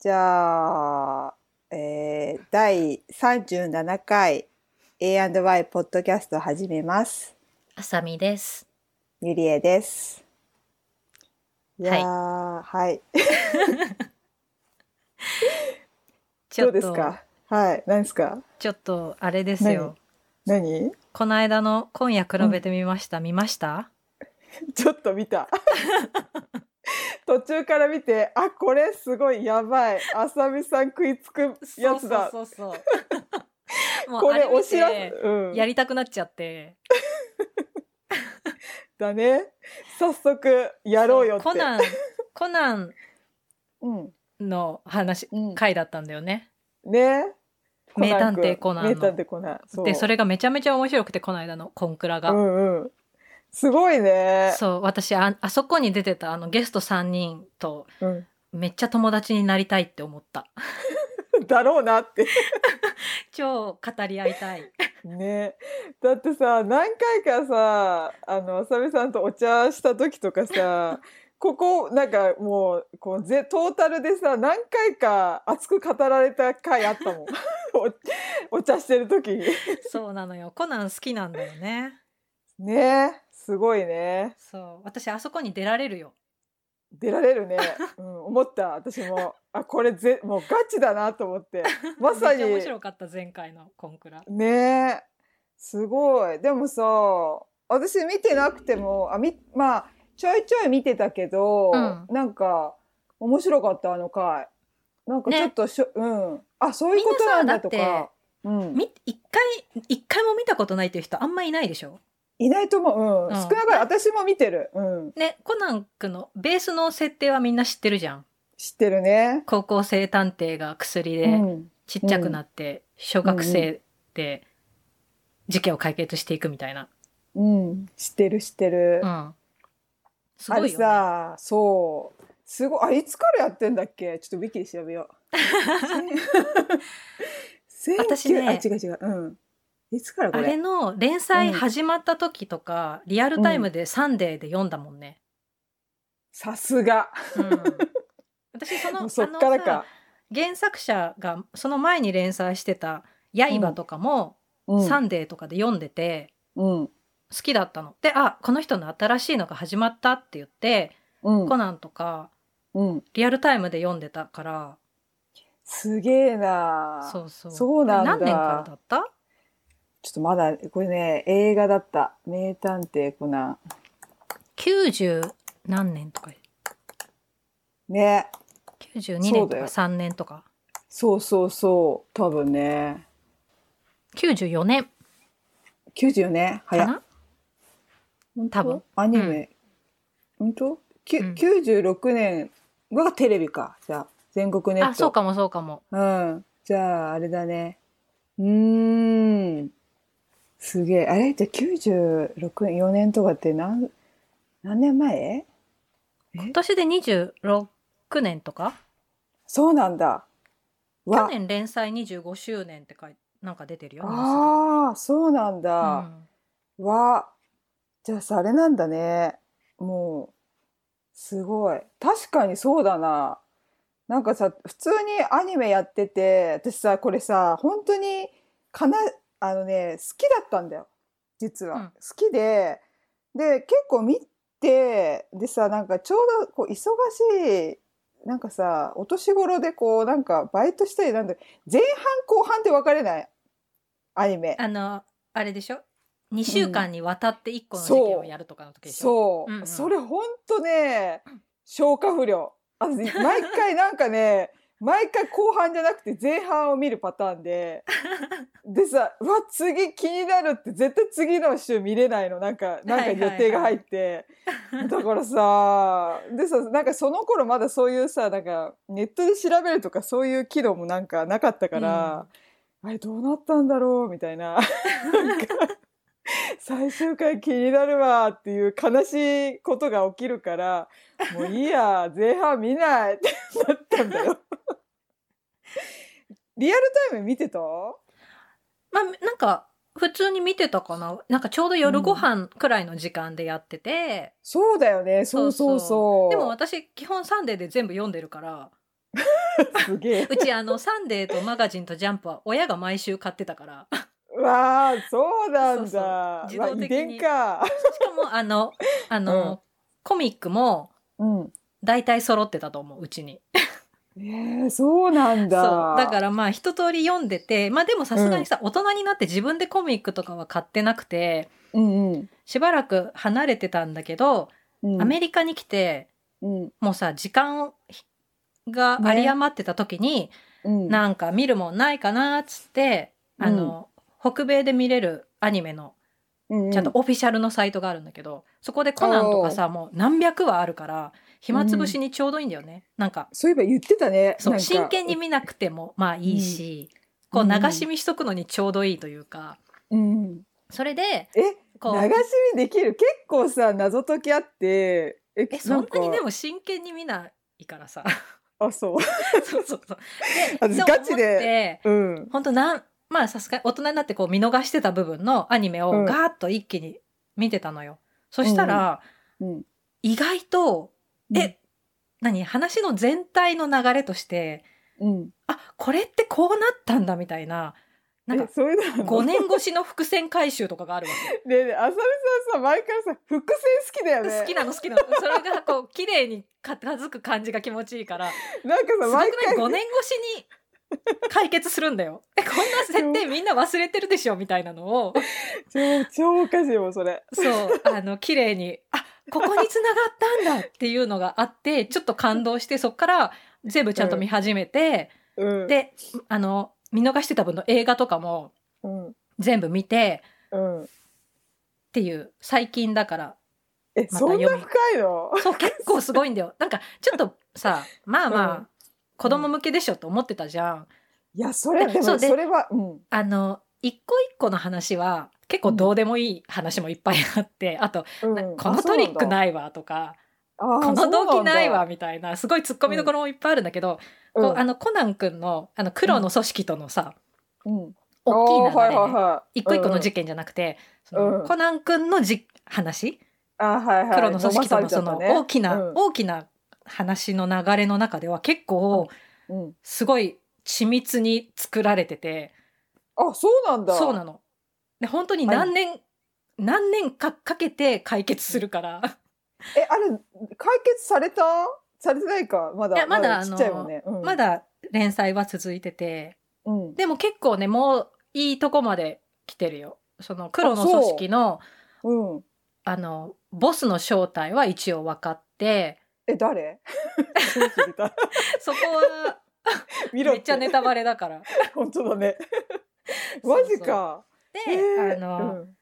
じゃあ、えー、第37回 A&Y ポッドキャスト始めます。あさみです。ゆりえです。いやー、はい。ちどょうっですと、かはい。何ですかちょっとあれですよ。何この間の今夜比べてみました。見ましたちょっと見 た。途中から見て、あ、これすごいやばい。あさみさん食いつくやつだ。そうそうそう そう。もうこれあ見おて知らせ、うん、やりたくなっちゃって。だね。早速やろうよって。そうコナン、コナンうん。の話、うん回だったんだよね。ね名探偵コナンの名探偵コナンうで、それがめちゃめちゃ面白くて、この間のコンクラうが。んうんすごいねそう、私あ、あそこに出てたあのゲスト3人と、う、ん、めっちゃ友達になりたいって思った。 だろうなって超語り合いたい。ねだってさ何回かさあの浅見さんとお茶した時とか さここなんかもうこうぜトータルでさ何回か熱く語られた回あったもん おお茶してる時そうなのよ。コナン好きなんだよね。ねすごいねそう私あそこに出られるよ出られる ね、うん、思った私もあこれぜもうガチだなと思 ってまさにめっちゃ面白かった前回のコンクラねえすごいでもさ私見てなくてもあみまあちょいちょい見てたけど、うんなんか面白かったあの回なんかちねょっとしょ、うんあそういうことなんだとみんなさだっか、うん、み一回一回も見たことないっていう人あんまいないでしょいないと思う、うんうん少なからず私も見てる、うん、ねコナン君のベースの設定はみんな知ってるじゃん知ってるね、高校生探偵が薬うでん、ちっちゃくなって小学生で事件を解決していくみたいなうん、知ってる知ってる、うんすあごれいよねさそうすごいあいつからやってんだっけちょっとウィキで調べよう1900私ねあ違う違ううんいつからこあれれの連載始まった時とか、リアルタイムで「サンデー」で読んだもんね、さすが うん、私そのもうそっからあのさか、原作者がその前に連載してた「刃」とかもうん「サンデー」とかで読んでてうん好きだったの。であこの人の新しいのが始まったって言って、うんコナンとかうんリアルタイムで読んでたからすげえなそうそうそうなんだ何年からだったちょっとまだこれね映画だった「名探偵コナン ?90 何年とか」ね92そう年とだかよ3年とかそうそうそう多分ね94年94年か早っな多分アニメ、本当きゅ、うん96年がテレビかじゃあ全国ネットあそうかもそうかもうんじゃああれだねうーんすげえあれじゃあ964年とかって何何年前今年で26年とかそうなんだ去わ年連載25周年って書いなんか出てるよ皆さんああそうなんだ、うんわじゃあさあれなんだねもうすごい確かにそうだななんかさ普通にアニメやってて私さこれさ本当にかなあのね好きだったんだよ実は、うん好きでで結構見てでさなんかちょうどこう忙しいなんかさお年頃でこうなんかバイトしたりなんだ前半後半って分かれないアニメあの、あれでしょ ?2 週間にわたって1個の事そう件をやるとかの時でしょそう、うんうんそれほんと ね消化不良あ 毎回なんかね毎回後半じゃなくて前半を見るパターン ででさ「うわ次気になる」って絶対次の週見れないのなんかなんかはいはい予はい定が入って、 だからさでさなんかその頃まだそういうさなんかネットで調べるとかそういう機能もなんかなかったから。あれどうなったんだろうみたいななんか最終回気になるわっていう悲しいことが起きるからもういいや前半見ないってなったんだよ。リアルタイム見てたまあ、なんか、普通に見てたかななんかちょうど夜ご飯くらいの時間でやってて、そうだよねそうそうそう。でも私、基本サンデーで全部読んでるから、すげえ。うちあのサンデーとマガジンとジャンプは親が毎週買ってた から。わあ、そうなんだ。そうそう自動まあ遺的に伝か。しかもあの、あの、うんコミックもうん。大体揃ってたと思う、うちに。ええそうなんそうだ。。だからまあ一通り読んでて、まあでもさすがにさ、大人になって自分でコミックとかは買ってなくて、うんうん。しばらく離れてたんだけど、うん、アメリカに来て、うんもうさ、時間がね有り余ってた時に、うん、なんか見るもんないかなっつって、あの、北米で見れるアニメのうんうん、ちゃんとオフィシャルのサイトがあるんだけど、そこでコナンとかさ、もう何百話あるから、暇つぶしにちょうどいいんだよね。なんか、そういえば言ってたね。そなんう、か真剣に、見なくても、まあいいし、うんこう流し見しとくのにちょうどいいというか、うん、それで、え、流こしう、見できる。結構さ、謎解きあって。ええ、そんなにでも。も真剣に見ないからさ。あ、そう。 そうそうそう。で私ガチで。で。うん。本当なん、まあさすがに大人になってこう見逃してた部分のアニメをうんガーッと一気に見てたのよ。そしたら、うん。意外と、うんえ、何話の全体の流れとして、うん。あ、これってこうなったんだみたいな、なんえ、かそういうのあんの。 5年越しの伏線回収とかがあるわけ。ねえねえ、浅見さんさ、前からさ、伏線好きだよね。好きなの好きなの。それがこう、綺麗に片付く感じが気持ちいいから、すなんかごさ、くない毎回。 ?5 年越しに解決するんだよ。え、こんな設定みんな忘れてるでしょみたいなのを、超、超おかしいもん、それ。そう、あの、綺麗に、あ、ここに繋がったんだっていうのがあって、ちょっと感動して、そっから全部ちゃんと見始めて、うん。、で、あの、見逃してた分の映画とかもうん。全部見てうん。っていう、最近だから、え、たそんな読み深いの。そう、 結構すごいんだよ。なんか、ちょっとさ、まあまあ、うん子供向けでしょと思ってたじゃん。いや、それ、ででも、そうそでれは、うん。あの、一個一個の話は、結構どうでもいい話もいっぱいあって、あと、う、なんこのトリックい。ないわとか、ここの動機ない。あわーみたいなすごいツッコミどころもいっぱいあるんだけど、そうなんこうだあのコナン君のあの黒の組織とのさ、うん。うん大きい流れ、ねおーはいはいはい一個一個の事件じゃなくて、そのうんコナン君のじ話うんうんあーはいはい黒の組織とのそ飲のまされちゃったね大きな、うん大きな話の流れの中では結構うんすごい緻密に作られてて、あそうなんだそうなの。で本当に何年、何年かかけて解決するから。えあれ解決されたされてないかまだいやまだちっちゃいもんね、うん、まだ連載は続いてて、うんでも結構ねもういいとこまで来てるよ。その黒の組織のうんあのボスの正体は一応分 かってえ誰すごい知り たいそこは見ろめっちゃネタバレだから。 本当だね そうマそうジかで、あの、うん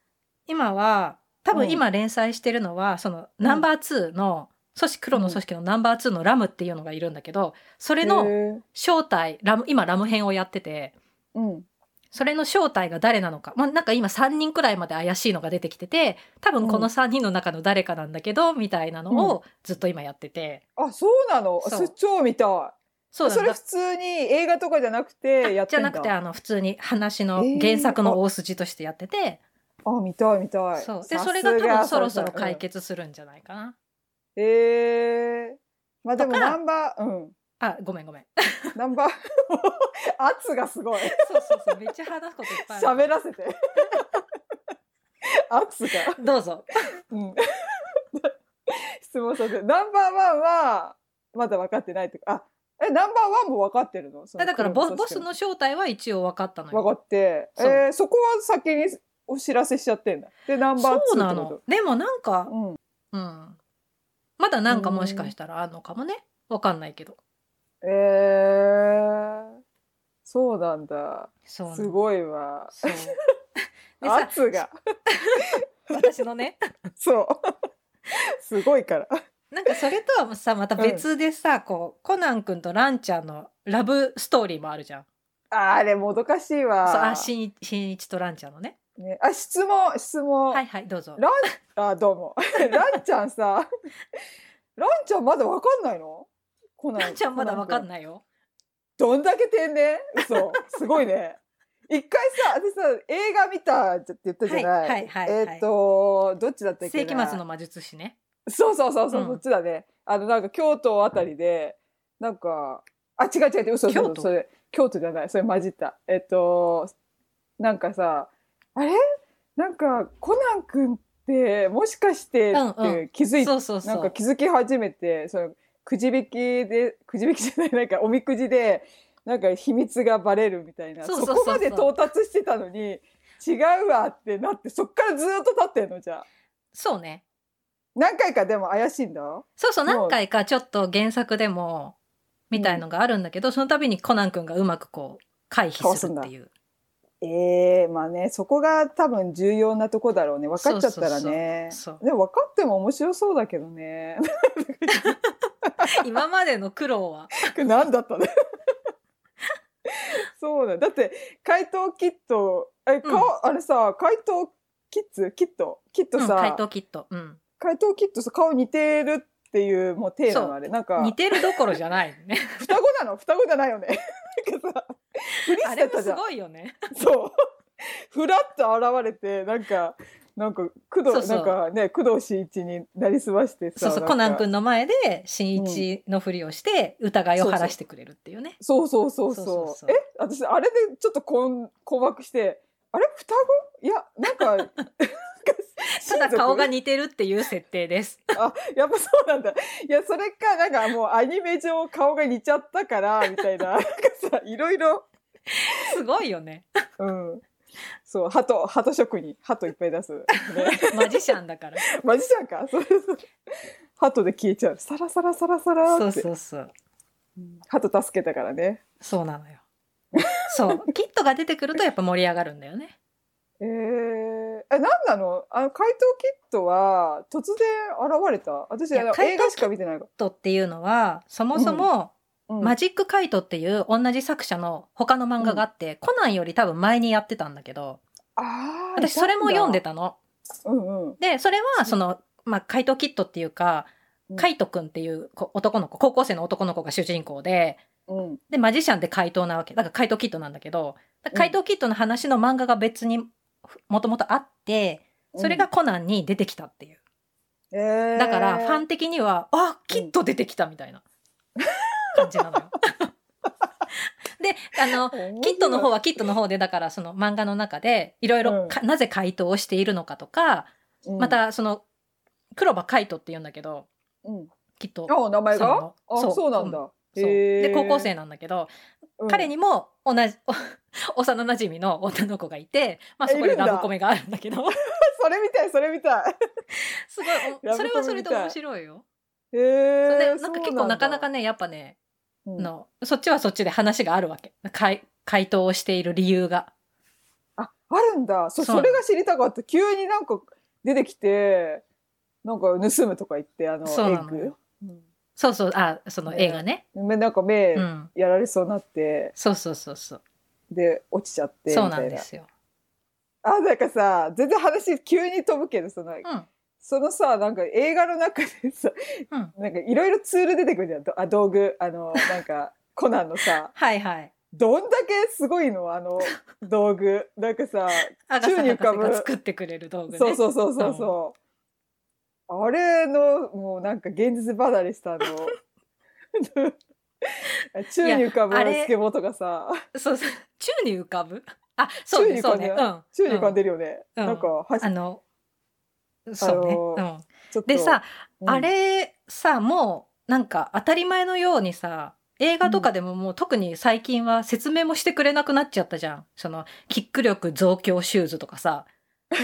今は多分今連載してるのは、そのナンバー2の組織黒の組織のナンバー2のラムっていうのがいるんだけどそれへのー正体ラム今ラム編をやってて。うんそれの正体が誰なのか。まあ、なんか今3人くらいまで怪しいのが出てきてて、多分この3人の中の誰かなんだけど、みたいなのをずっと今やってて。あそうなのそ出う張みたいそうそなんれだ普。通に映画とかじゃなくてやっじてゃんだなくて、あの、普通に話のえー原作の大筋としてやってて、あ見たい見たいそう。で、さすそれが多分そろそろさすが解決するんじゃないかな。うんえーまあでもとかナンバーうんあ、ごめんごめ ん。ナンバー圧がすごいそうそうそう、めっちゃ話すこといっぱいある。喋らせて 圧が、どうぞ。うん、質問させてナンバーワンはまだ分かってないとかあえナンバーワンも分かってるのそのだからボ黒ボスの正体は一応分かったの分よ。かってそ,、そうえーそこは先にお知らせしちゃってんだでナンバーそうツーなってこの。でもなんかと、うん、うん。まだなんかもしかしたらあるのかもね。わかんないけど。えー、そうなんだそうなすのごいわ そうでさ圧 が私のねそうすごいからなんかそれとはさまた別でさ、こうコナン君とランちゃんのラブストーリーもあるじゃん。あれもどかしいそうわあしんしんいちとランちゃんのね。ね、あ質問質問、はいはいどうぞ。ランあどうも ランちゃんさ ランちゃんまだわかんないのコナンランちゃんまだわかんいないよ。どんだけ天然嘘すごいね一回さ私さ映画見たって言ったじゃない、はいはいはいえっ、とどっちだったっけ世な紀末の魔術師ね。そうそうそうそう、うんそっちだねあのなんか京都あたりでなんかあ、違う違う違う、嘘嘘京嘘、都それ、京都じゃない、それ混じった。えっと、なんかさ、あれなんか、コナン君って、もしかしてうんっうて気づいて、そうそうそなんかう。気づき始めて、その、くじ引きで、くじ引きじゃない、なんかおみくじで、なんか秘密がバレるみたいな、そそうそうそうそうこまで到達してたのに、違うわってなって、そっからずーっと経ってんの、じゃあ。そうね。何回かでも怪しいんだそうそう、もう何回かちょっと原作でも、みたいのがあるんだけど、その度にコナン君がうまくこう、回避するっていう。ええまあね、そこが多分重要なとこだろうね。分かっちゃったらね。そう。でも分かっても面白そうだけどね。 今までの苦労 は。何だったね。そうだ。だって、怪盗キット、え、か、あれさ、怪盗キッズキットキットうん、さ、怪盗キット。うん。怪盗キットさ、顔似てるっていう、もうテーマのあれ。なんか、似てるどころじ ゃないね。双子なの双子じゃないよね。 なんかさ、フリあしれてたもじすゃん。ごいよね。そう。 ふらっと現れて、なんか、なんか、工藤、そうそうなんかね、工藤新一になりすましてさ。そうそなう、んかコナン君の前で、新一のふりをして、疑いを晴らしてくれるっていうね。そうそうそうそう。そうそうそうえ私、あれでちょっと困困惑して、あれ双子いや、なんか、なんか ただ親族顔が似てるっていう設定です。やっぱそうなんだ。いや、それか、なんかもうアニメ上顔が似ちゃったから、みた いな。なんかさ、いろいろ、すごいよね。うん。そう、鳩、鳩職人。鳩いっぱい出す。ねマジシャンだから。マジじゃんか。そう そう。鳩で消えちゃう。サラサラサラサラって。そうそうそう。鳩助けたからね。そうなのよ。そう。キットが出てくるとやっぱ盛り上がるんだよね。えー、え、なんなのあの、怪盗キットは突然現れた私、いやあの怪映盗画しか見てないかキットっていうのは、そもそも、ら。うんマジックカイトっていう同じ作者の他の漫画があって、コナンより多分前にやってたんだけど、あー私それも読んでた。たの。うんうん。で、それはその、まあ、怪盗キットっていうかうん、カイトくんっていうこ男の子、高校生の男の子が主人公で、うん。で、マジシャンで怪盗なわけ。だから怪盗キットなんだけど、だから怪盗キットの話の漫画が別にもともとあって、それがコナンに出てきたっていう。うん、えー、だから、ファン的には、あ、キット出てきた みたいな感じなのよ。で、あの、ンキットの方はキットの方で、だからその漫画の中で、いろいろか、なぜ回答をしているのかとか、ま、たその、黒羽カイトって言うんだけど、うんうん、きっと。あ、お名前様がのあ、そうなんだ。。そうへーで、高校生なんだけど、うん彼にも同じ、 お幼馴染の女の子がいて、まあそこいるでんだラブコメがあるんだけど、 それみたい、それみたい。すごいラブコメみたお、いそれはそれで面白いよ。へそれえでなんか結構なかなかねやっぱね、うんだ、のそっちはそっちで話があるわけ回回答をしている理由があ、あるんだ。そ、そうそれが知りたかった。急になんか出てきて、なんか盗むとか言って、あの、そうエッなのグよ。そうそうあその映画ね、めなんか目うんやられそうになって、そうそうそうそうで、落ちちゃって、みたそいうな。なんですよ、あ、なんかさ、全然話急に飛ぶけど、その、うんそのさ、なんか映画の中でさ、うん、なんかいろいろツール出てくるじゃん。どあ道具、あの、なんか、コナンのさ、はいはいどんだけすごいのあの道具。なんかさ、アガ宙サに博浮か士ぶが作ってくれる道具ねそうそうそうそうそう。あれの、もうなんか現実離れしたあの、 宙に浮かぶいやあれスケボーとかさ、そうそう宙に浮かぶあそうね宙そうに浮かんでねうん宙に浮かんでるよね。うんなんか、はうんあのそうね、あうんちょっとでさ、うんあれさもうなんか当たり前のようにさ映画とかでももう特に最近は説明もしてくれなくなっちゃったじゃん。そのキック力増強シューズとかさ。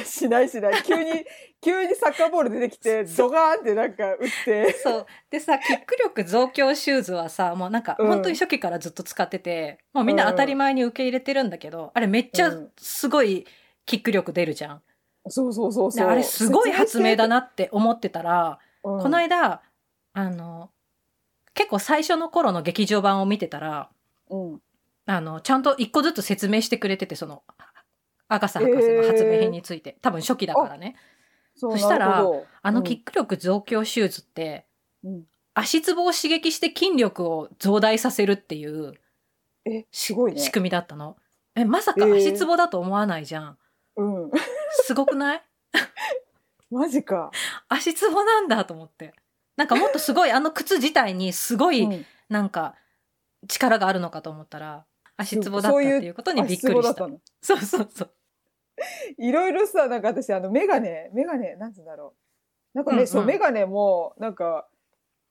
しないしない。急 に、急にサッカーボール出てきて、そドガーンってなんか打って。そう。でさ、キック力増強シューズはさ、もうなんかうん本当に初期からずっと使ってて、もうみんな当たり前に受け入れてるんだけど、あれめっちゃすごいキック力出るじゃん。そうそうそうでそう。あれすごい発明だな。なって思ってたら、ここの間、あの、結構最初の頃の劇場版を見てたら、うん。あの、ちゃんと一個ずつ説明してくれてて、その、アガサ博士の発明品について、多分初期だからね。そうそしたらなるほどあのキック力増強シューズって、うんうん足つぼを刺激して筋力を増大させるっていうえ、すごいね仕。組みだったの。え、まさか足つぼだと思わないじゃん。うん。すごくない マジか。足つぼなんだと思って。なんかもっとすごい、あの靴自体にすごい、うんなんか、力があるのかと思ったら、足つぼだったっていうことにびっくりだし。ったたの。そうそうそう。いろいろさ、なんか私、あの、メガネ、メガネ、なんつうんだろう。なんかね、うんうんそう、メガネも、なんか、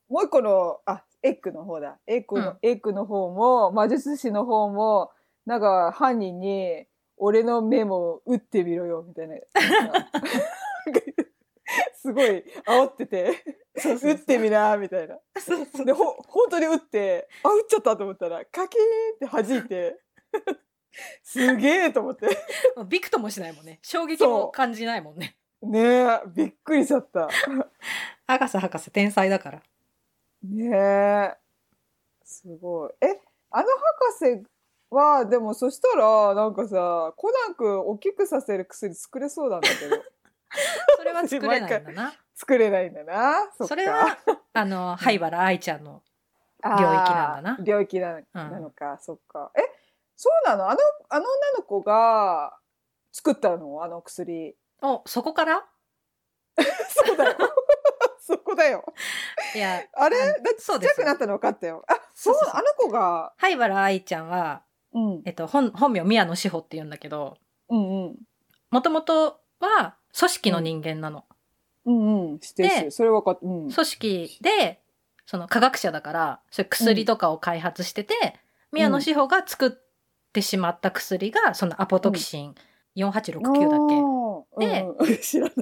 もう一個の、あ、エッグの方だ。エッグの、うんエッグの方も、魔術師の方も、なんか、犯人に、俺の目も撃ってみろよ、みたいな。なんかすごい、煽ってて、撃ってみな、みたいな。そうそうで、ほ、本当に打って、あ、打っちゃったと思ったら、カキーンって弾いて、すげえと思って。もうびくともしないもんね。衝撃も感じないもんね。ねえ、びっくりしちゃった。博士博士天才だから。ねえ。すごい。え、あの博士は、でもそしたら、なんかさ、コナン君大きくさせる薬作れそうなんだけ ど、それは作れないんだな。作れないんだな。そっか それは、あの、灰原愛ちゃんの。あー領域なんだな領域な,、んなのか、そっか。え、そうなのあの、あの女の子が作ったのあの 薬。お、そこからそう だよ。そこだよ。いや、あれあだってちそうっでちすゃくなったの分かったよ。あ、そう、そうそうそうあの子が。灰原愛ちゃんは、うん。うんえっと、本本名宮野志保って言うんだけど、うん。もともとは組織の人間なの。うんうん。してるでし、それ分かった。うん。組織で、その科学者だから、そういう薬とかを開発してて、宮野志保が作ってしまった薬が、そのアポトキシン4869だっけ、けで、うん、 知らない。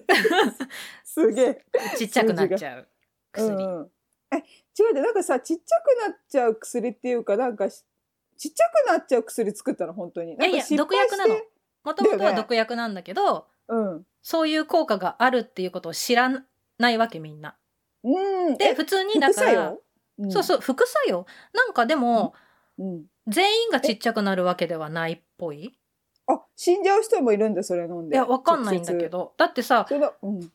すげえ。ちっちゃくなっちゃう 薬。うんうんえ、違うで、なんかさ、ちっちゃくなっちゃう薬っていうか、なんかし、ちっちゃくなっちゃう薬作ったの、本当に。なんいやいかや失敗して毒薬なの。もともとだよはね毒薬なんだけど、うん。そういう効果があるっていうことを知らないわけみんな。うん。で、え、普通にだ副か作ら用、うんそうそう、副作用なんかでも、うん。全員がちっちゃくなるわけではないっぽいいあ、死んじゃう人もいるんだ、それ飲んで。や、わかんないんだけど。ど。だってさ、それだ、うん。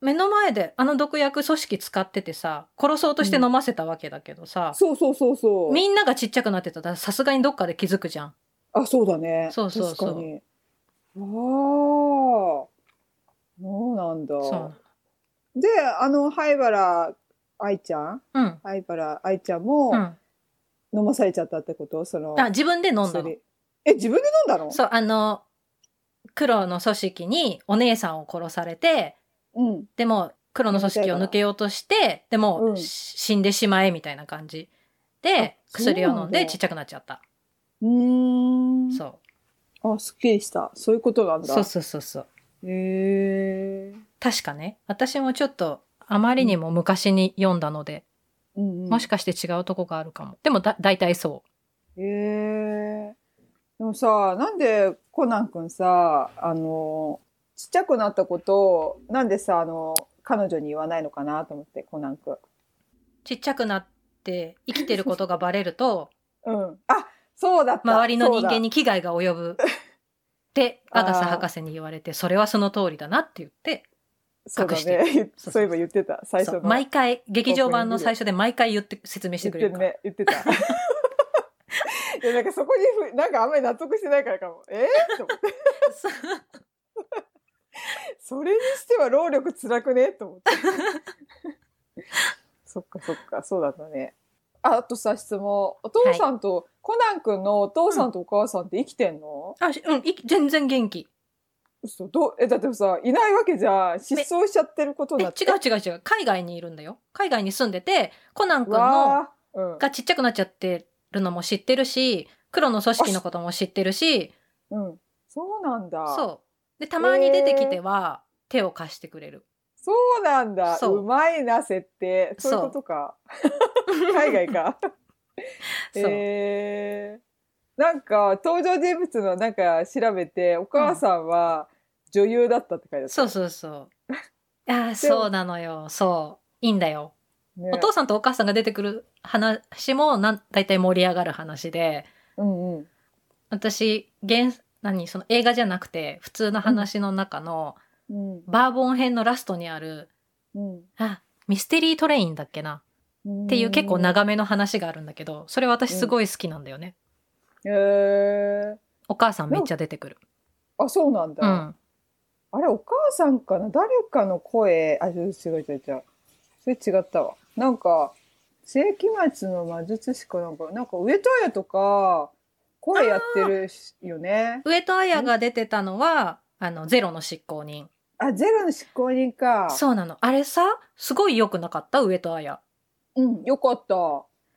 目の前であの毒薬組織使っててさ、殺そうとして飲ませたわけだけどさ、そうそうそうそう。みんながちっちゃくなってたらさすがにどっかで気づくじゃん。あ、そうだね。そうそうそう確かに。ああ、そうなんだ。そう。で、あの、灰原愛ちゃんうん。灰原愛ちゃんうもん。飲まされちゃったってことそのあ、自分で飲んだの薬。。え、自分で飲んだのそう、あの、黒の組織にお姉さんを殺されて、うん。でも黒の組織を抜けようとして、でも、うんし死んでしまえみたいな感じで、あそうなんだ薬を飲んでちっちゃくなっちゃった。うーん。そう。あ、すっきりした。そういうことなんだ。そうそうそうそう。へえ。確かね、私もちょっとあまりにも昔に読んだので、うんうん、もしかして違うとこがあるかも。でもだ、大体そへえ。でもさ、なんでコナン君さ、あの、ちっちゃくなったことを、なんでさ、あの、彼女に言わないのかなと思って、コナン君。う。ちっちゃくなって生きてることがバレる と、うん。あ、そうだった。周りの人間に。に危害が及ぶ。って、あーアガサ博士に言われて、それはその通りだなって言って、そうだ隠してね。そうそうそういえば言ってた。最そ初うの。毎回、劇場版の最初で毎回言って、説明して言っくれてるかたね。ら。言ってた。 いや、なんかそこにふ、なんかあんまり納得してないからかも。え ー、と思って。 そうそれにしては労力辛くねと思って。 そっかそっか、そうだったね。ああとさ、質問。お父さんと、コナン君のお父さんとお母さんって生きてんの、あ、しうん、い全然元気。嘘どうえ、だってさ、いないわけじゃん。失踪しちゃってることえに違なうって。違う違う。海外にいるんだよ。海外に住んでて、コナン君の、わーうんがちっちゃくなっちゃってるのも知ってるし、黒の組織のことも知ってるし、うん。そうなんだ。そう。で、たまに出てきては、手を貸してくれる。そうなんだ。そううまいな、設定。そういうこと か。海外か。そうえー、なんか、登場人物のなんか調べて、お母さんは女優だったって書いてあった。そうそうそう。ああ、そうなのよ。そう。いいんだよ。ねお父さんとお母さんが出てくる話もなん、大体盛り上がる話で、うんうん。私、原、何、その映画じゃなくて、普通の話の中の、うんバーボン編のラストにある、うん。あ、ミステリートレインだっけなうん。っていう結構長めの話があるんだけど、それ私すごい好きなんだよね。えー、お母さんめっちゃ出てくる。あ、そうなんだ。うん。あれ、お母さんかな誰かの声、あ、違う違う違う違う。それ違ったわ。なんか、世紀末の魔術師かなんか、なんか上戸彩とか、声やってるしよね。上戸彩が出てたのは、あの、ゼロの執行人。あ、ゼロの執行人か。そうなの。あれさ、すごい良くなかった上戸彩。うん、よかった。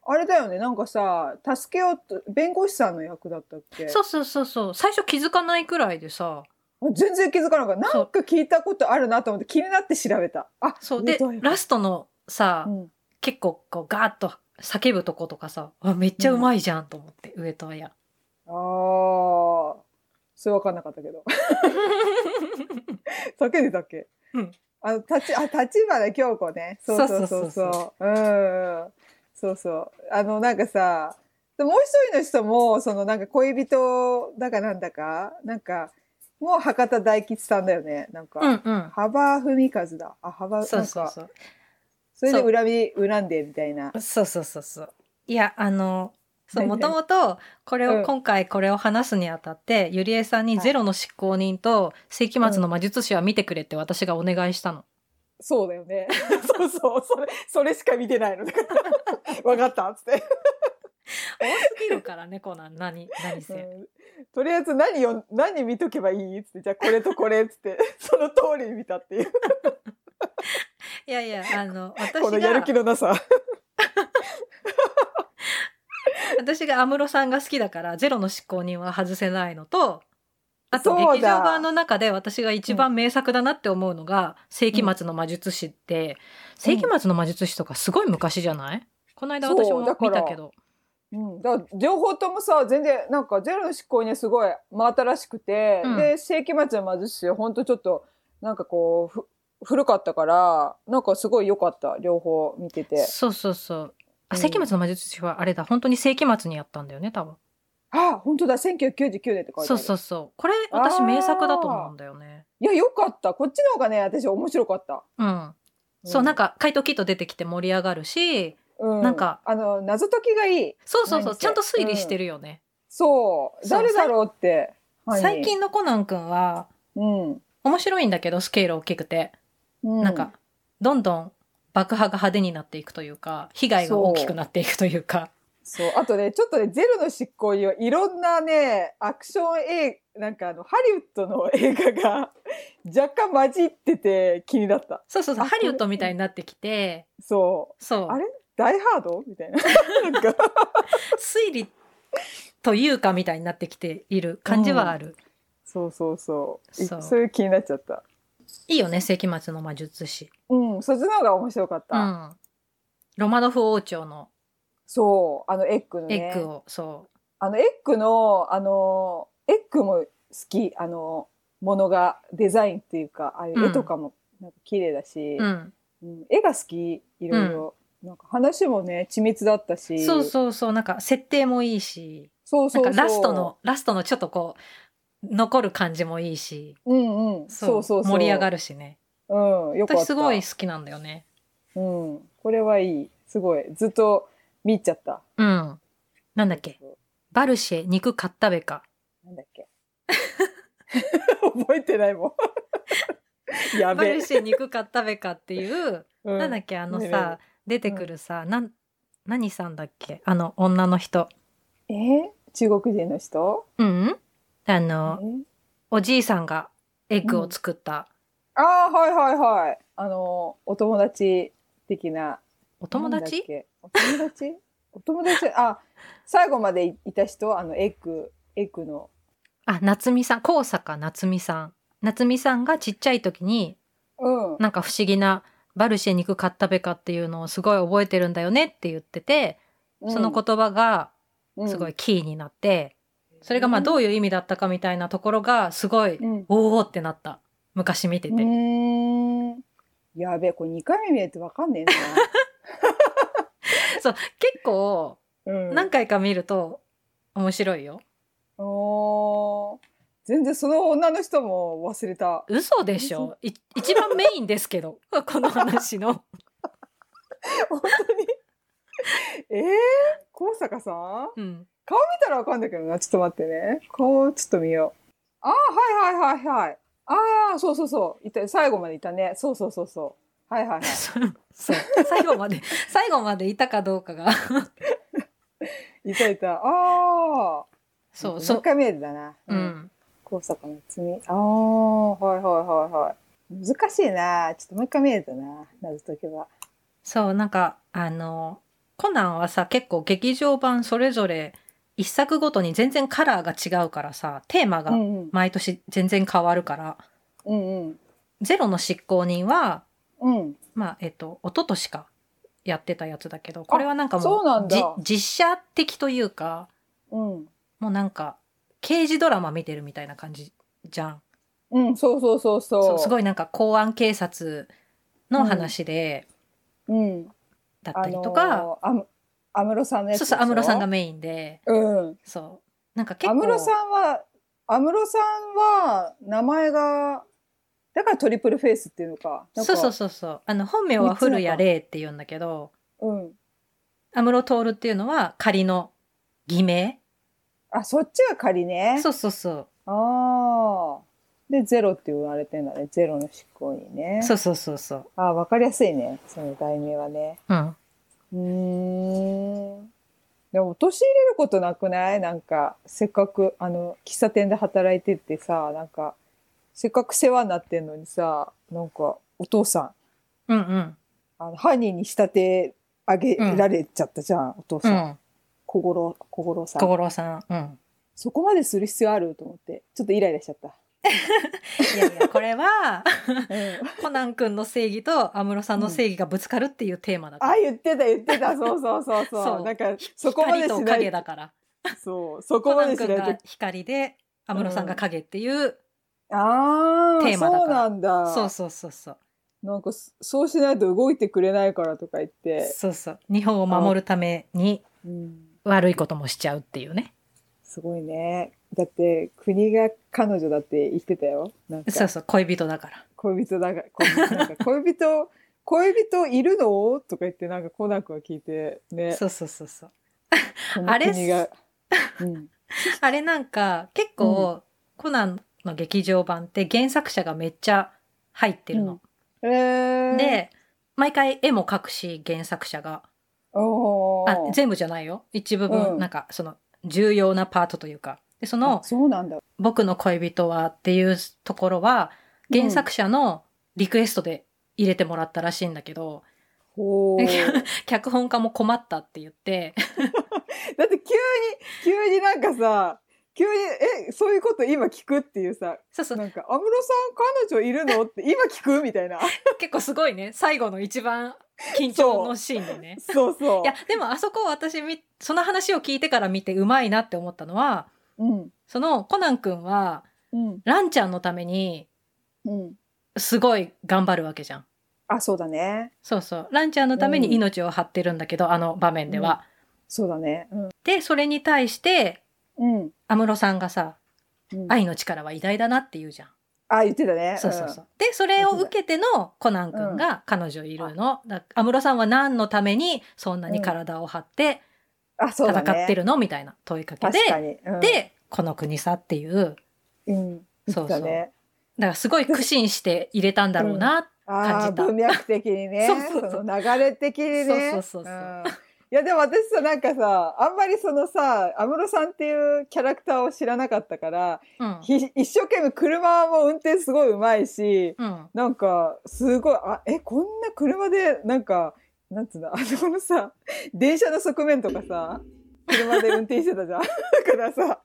あれだよね、なんかさ、助けようと、弁護士さんの役だったっけそうそうそうそう。最初気づかないくらいでさ。あ全然気づかなかった。なんか聞いたことあるなと思って気になって調べた。あ、そう。で、ラスストのさ、うん、結構こうガーッと叫ぶとことかさ、あ、めっちゃうまいじゃんと思って、上戸彩。ああ、それ分かんなかったけ ど。叫んでたっけうんあの、たち、あ、立花京子ね。そうそうそうそうそうそう。うんうん。そうそう。あの、なんかさ、でもう一人の人も、そのなんか恋人だかなんだか、なんか、もう博多大吉さんだよね。なんか、うんうん。幅文和だ。あ、幅、そうなんそうか、そう。それでそう恨み、恨んでみたいな。そうそうそうそう。いや、あの、そう、はもいともと、これうを、ん今回これを話すにあたって、ゆりえさんにはいゼロの執行人と、世紀末の魔術師は見てくれって私がお願いしたの。そうだよね。 そうそう。それ、それしか見てないの。 だからわかったっつって。多すぎるからね、コナン。何、何せ。うんとりあえず何よ何見とけばいいっつってじゃあこれとこれっつって その通りに見たっていういやいや、あの、私このやるが気、のなさ私が安室さんが好きだから、ゼロの執行人は外せないのと、あそと、うだ劇場版の中で私が一番名作だなって思うのが、世紀末の魔術師って、世紀末の魔術師とかすごい昔じゃないこの間私そうもだか見らたけど。うん、だから両方ともさ全然なんかゼロの執行にはすごい真新しくて、うんで世紀末の貧しいほんとちょっとなんかこうふ古かったからなんかすごい良かった両方見ててそうそうそう。あ、うん世紀末の魔術師はあれだ、本当に世紀末にやったんだよね、多分。あ本当だ1999年って書いてあるそうそうそう。これ、私あー名作だと思うんだよね。いや良かったこっちの方がね私面白かった、うん。そう、うんなんか、怪盗キット出てきて盛り上がるし、うなんかあの謎解きがいいそうそうそう、何せちゃんと推理してるよね。そうそう誰だろうって犯人最近のコナンくんは、うん面白いんだけど、スケール大きくて。うなんか、どんどん爆破が派手になっていくというか、被害が大きくなっていくというか。そうあとねちょっとね「ゼロの執行猶予」いろんなねアクション映なんかあのハリウッドの映画が 若干混じってて気になったそうそうそう、あハリウッドみたいになってきて、そそううあ。れ「ダイ・ハード」みたいななんか推理というかみたいになってきている感じはある。そうそうそういそうそういう気になっちゃったいいよね、世紀末の魔術師。うんそっちの方が面白かっうた、ん。ロマノフ王朝のそうあのエッグのエねッグを、そあのエッグのあのエッグも好きあのものがデザインっていうかああいう絵とかもなんか綺麗だし、う。うん。うん絵が好きいろいろ、なんか話もね緻密だったしそうそうそう、なんか設定もいいし、そうなそんうかそうラストの、ラストのちょっとこう、残る感じもいいし、うんうんそうそうそう盛り上がるるしね。うんよかった私すごい好きなんだよね。うんこれはいいすごいずっと見入っちゃったうん。なんだっけバルシェ肉買ったべか。なんだっけ 覚えてないもん やバべえルシェ肉買ったべかっていう、 うんなんだっけあのねえねさ、出てくるさ、なん、何さんだっけあの女の人。えー中国人の人うんあえの、ーおじいさんがエッグを作った、ああはいはいはいあのお友達的なお友なんだっ達けお友達お友達あ最後までいいた人あのエッグエッグのあ、夏美さん、高坂夏美さん。夏美さんがちっちゃい時に、うんなんか不思議な、バルシェ肉買ったべかっていうのをすごい覚えてるんだよねって言ってて、その言葉がとすごいキーになって、それがまあうどういう意味だったかみたいなところがすごい、んおーってなった。昔見てうて。んうーんやべえこれ2回目見ないとわかんねそう、結構 えな、うん、何回か見ると面白いよ。おー全然その女の人も忘れた嘘でしょい一番メインですけど、 この話の。本当にえー、高坂さんうん。見たらわかんだけどな。ちょっと待ってね。こう、ちょっと見よう。ああ、はいはいはいはい。ああ、そうそうそう。いた、最後までいたね。そうそうそうそはいはいはい。そうそう最後まで最後までいたかどうかがいたいた。ああ。そうそ1う、回目だな。うん、高坂の罪。ああ、はいはいはいはい。難しいな。ちょっともう一回見れたな。謎解きは。そうなんかあのコナンはさ結構劇場版それぞれ一作ごとに全然カラーが違うからさテーマがうんうん。毎年全然変わるからうんうん。 「ゼロの執行人は」うん。まあえっと一昨年かやってたやつだけどこれはなんかあもそうなんだじ実写的というかうん。もうなんか刑事ドラマ見てるみたいな感じじゃん。うん、そうそうそうそう。そうすごい。いなんか公安警察の話で、うん。だったりとか、のー、アム安室さんのやつでそうしょ。そう安室さんがメインでうん。そうなんか結安構室さんは、安室さんは、名前が、だからトリプルフェイスっていうのか。なんそかうそうそうそうあの本名は古谷玲って言うんだけどうん。安室徹っていうのは仮の偽名あ、そっちが仮ね。そうそうそうああ。で、ゼロって言われてんだね。ゼロの執行にね。そうそうそうそうああ、わかりやすいね。その題名はね。うんうーん。でも、陥れることなくないなんか、せっかく、あの、喫茶店で働いててさ、なんか、せっかく世話になってんのにさ、なんか、お父さん、うんうんあの犯人に仕立て上げられちゃったじゃん、お父うさん。ん小五郎、小五郎さ小ん。五郎さんうんそこまでする必要あると思って、ちょっとイライラしちゃった。いやいやこれは うんコナン君の正義と安室さんの正義がぶつかるっていうテーマだから、あ、言ってた、言ってた。そうそうそうそう。そうなんか、そこまでし光とな影いだからそう、そこコまナでンし君ないとが。光で安室さんが影っていう、ああ、テーマだからそうなんだ。そうそうそうそうなんか、そそうしないと動いてくれないからとか言って。そうそう日本を守るためにうん、悪いこともしちゃうっていうねすごいね。だって、国が彼女だって言ってたよ。なんか、そうそう恋人だから恋人だが、恋人なんか 恋人、恋人いるのとか言って、なんかコナン君が聞いて、ね。そうそうそうそうこのあれ国 が。うん。あれなんか結構、コナンの劇場版って原作者がめっちゃ入ってるの、えー、、で毎回絵も描くし原作者がおーあ全部じゃないよ一部分、うんなんかその重要なパートというかでそのあそうなんだ。 「僕の恋人は」っていうところは原作者のリクエストで入れてもらったらしいんだけど、ほー。 脚本家も困ったって言って だって急に急になんかさ急に「えそういうこと今聞く?」っていうさそうそうなんか「安室さん彼女いるの?」って今聞くみたい な結構すごいね最後の一番緊張のシーンでね。 そうそういやでもあそこ私みその話を聞いてから見てうまいなって思ったのはうんそのコナン君はうんランちゃんのためにうんすごい頑張るわけじゃん。あそうだねそうそうランちゃんのために命を張ってるんだけど、あの場面では。そうだねうんでそれに対してうん、安室さんがさうん愛の力は偉大だなって言うじゃん。あ言ってたねそうそうそう。で、それを受けてのコナン君が彼女いるの。だ安室さんは何のためにそんなに体を張ってうんあそう戦だねってるの、みたいな問いかけで、確かに、うん、で、この国さっていう、うん言ってたねだからすごい苦心して入れたんだろうな。感あじあた文脈的にね そうそうそうその流れ的にねそうそうそうそうんいやでも私さなんかさあんまりそのさ安室さんっていうキャラクターを知らなかったからうん。ひ一生懸命車も運転すごいうまいし、うん。なんかすごいあえこんな車でなんかなんつうのあそこのさ電車の側面とかさ車で運転してたじゃん だからさ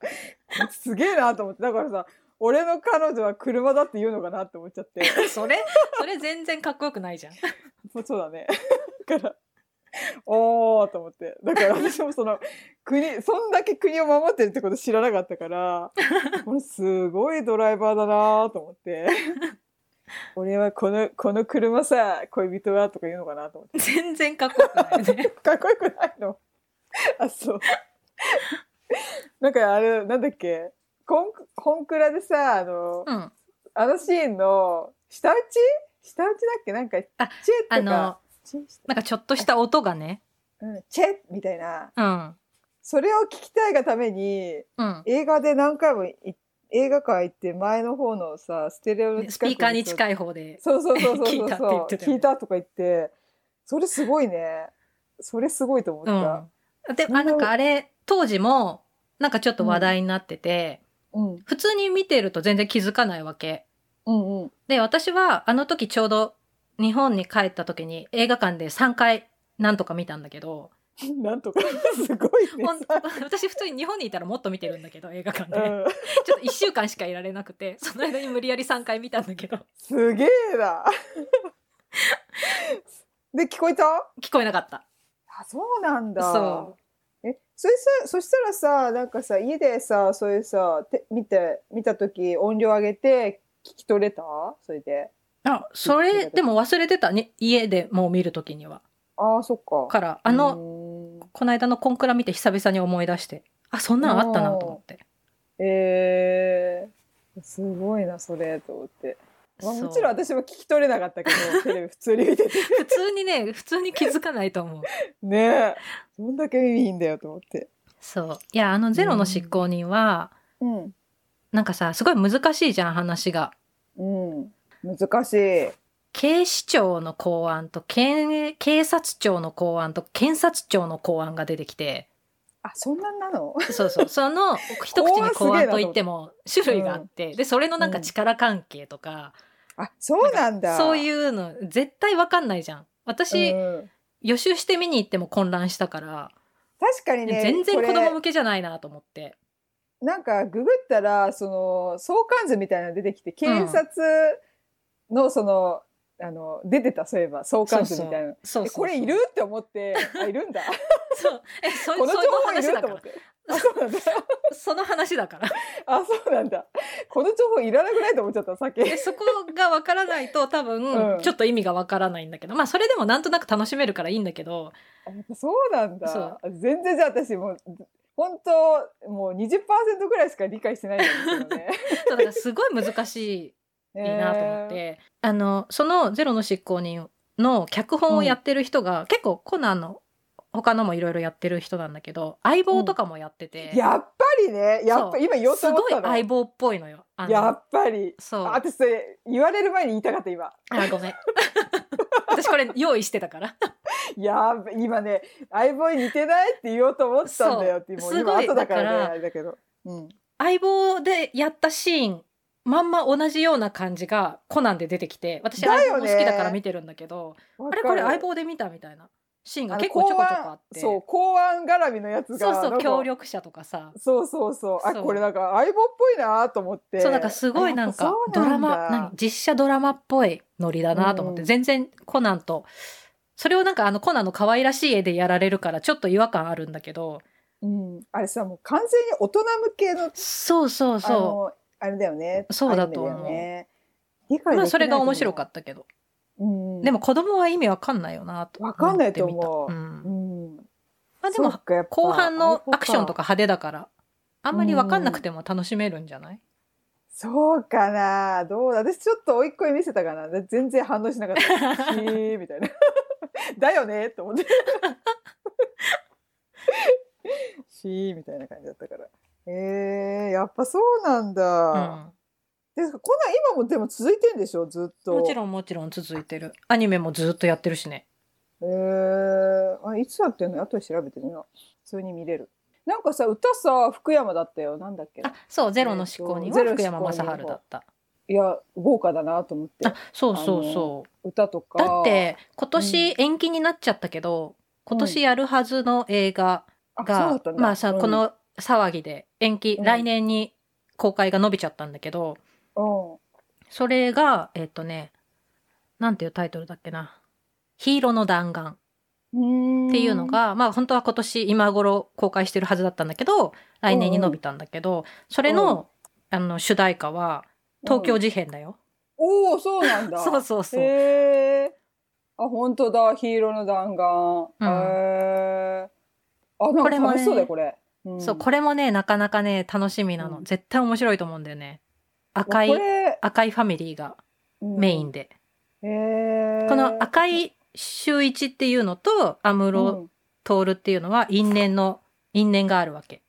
すげえなと思ってだからさ俺の彼女は車だって言うのかなって思っちゃってそれ、それ全然かっこよくないじゃん。 そうそうだね だからおーと思ってだから私もその国そんだけ国を守ってるってこと知らなかったから これすごいドライバーだなーと思って俺はこのこの車さ恋人はとか言うのかなと思っ全然かっこよくない よね。てかっこよくないのあそうなんかあれなんだっけコンコンクラでさあの、うん。あのシーンの下打ち下打ちだっけなんかチェあっあてかの、チェなんかちょっとした音がね。うん、チェッみたいなうん。それを聞きたいがためにうん。映画で何回もい映画館行って前の方のさステレオのスピーカーにい近い方で。そうそうそうそう聞そいうたって言ってたよね聞いたとか言ってそれすごいねそれすごいと思っうたん。で、あ、なんかあれ、当時も、なんかちょっと話題になってて、うん普通に見てると全然気づかないわけ。うんうんで、私はあの時ちょうど日本に帰った時に映画館で3回なんとか見たんだけど、なん とかすごいねほん 私普通に日本にいたらもっと見てるんだけど映画館で、うん ちょっと1週間しかいられなくてその間に無理やり3回見たんだけど すげえな で聞こえた聞こえなかったあそうなんだそえそれさそしたらさなんかさ家でさそういうさて見て見た時音量上げて聞き取れたそれであそれでも忘れてたね家でもう見る時にはああそっかからあの、うーんこの間のコンクラ見て久々に思い出してあそんなんあったなと思ってえー、すごいなそれと思って、まあ、そうもちろん私も聞き取れなかったけ どテレビ普通に見てて普通にね普通に気づかないと思うねえどんだけ耳いいんだよと思ってそういやあの「ゼロの執行人は」うんなんかさすごい難しいじゃん話がうん難しい警視庁の公安と警警察庁の公安と検察庁の公安が出てきてあそんなんなのそう そうその一口に公安といっても種類があって、でそれのなんか力関係とか、あそうなんだそういううの絶対わかんないじゃん私、ん予習して見に行っても混乱したから、確かにね全然これ子供向けじゃないなと思ってなんかググったらその相関図みたいなの出てきて警察のその、あの出てたそういえば相関図みたいなえそうそうそうそうこれいるって思ってあいるんだ そうえそこの情そういう報い話るだとか思っらてあそうなんだその話だからあそうなんだこの情報いらなくないと思っちゃったさっきでそこがわからないと多分、うんちょっと意味がわからないんだけどまあそれでもなんとなく楽しめるからいいんだけどあやっぱそうなんだそう全然じゃあ私もう本当もう20%ぐらいしか理解してないんですよねそうだからすごい難し い ねえなと思って、あのその「ゼロの執行人」の脚本をやってる人が、結構コナンの他のもいろいろやってる人なんだけど相棒とかもやってて、やっぱりねやっぱそう今言おうとす思っごいたの相棒っぽいのよ。あのやっぱりそうああ私それ言われる前に言いたかった今ごめん 私これ用意してたからやべ今ね「相棒に似てない?」って言おうと思ったんだよってもそううすご今い後だからねだからあれだけど、うん、相棒でやったシーンまんま同じような感じがコナンで出てきて私だよね相棒も好きだから見てるんだけどああれこれ相棒で見たみたいなシーンが結構ちょこちょこあってそう公安絡みのやつがそうなそんかう協力者とかさそうそうそうあそうこれなんか相棒っぽいなと思ってそうなんかすごいなんあかやっぱドそうなラんマだ何実写ドラマっぽいノリだなと思って、うん全然コナンとそれをなんかあのコナンの可愛らしい絵でやられるからちょっと違和感あるんだけどうん、あれさもう完全に大人向けのそうそうあそのあれだよねそうだと思うアニメだよね理う解まあそれが面白かった、ったけど、うん、でも子供は意味わかんないよなと思ってわかんないと思う見たうんん、まあでそもっかやっぱ後半のアクションかとか派手だからあんまり分かんなくても楽しめるんじゃない、そうかなどうだ私ちょっと甥っ子に見せたかなで全然反応しなかった へえみたいな だよねと思ってしーみたいな感じだったからえー、やっぱそうなんうだ、ん、でこんなん今もでも続いてんでしょずっともちんろんもちろん続いてるアニメもずっとやってるしねえー、あいつやってんの後で調べてみよう普通に見れるなんかさ歌さ福山だったよなんだっけあそう「ゼロの執行人」えーはと福山雅治だったいや豪華だなと思ってあそうそうそう歌とかだって今年延期になっちゃったけど、今年やるはずの映画あそうだがったんだまあさ、うんこの騒ぎで延期、うん来年に公開が伸びちゃったんだけどうんそれがえっ、とねなんていうタイトルだっけな「ヒーローの弾丸」っっていうの、が、まあ本当は今年今頃公開してるはずだったんだけど来年に伸びたんだけど、それの,、あの主題歌は東京事変だよ。おおそうなんだ そうそうそう。へえあ本当だヒーローの弾丸、へえあなんこかれもね楽しそうだよこれこれ、そうこれもねなかなかね楽しみなの、うん絶対面白いと思うんだよね赤まあいこれ赤いファミリーがメインで、うんへえこの赤い周一っていうのと安室徹っていうのは因縁の因縁があるわけ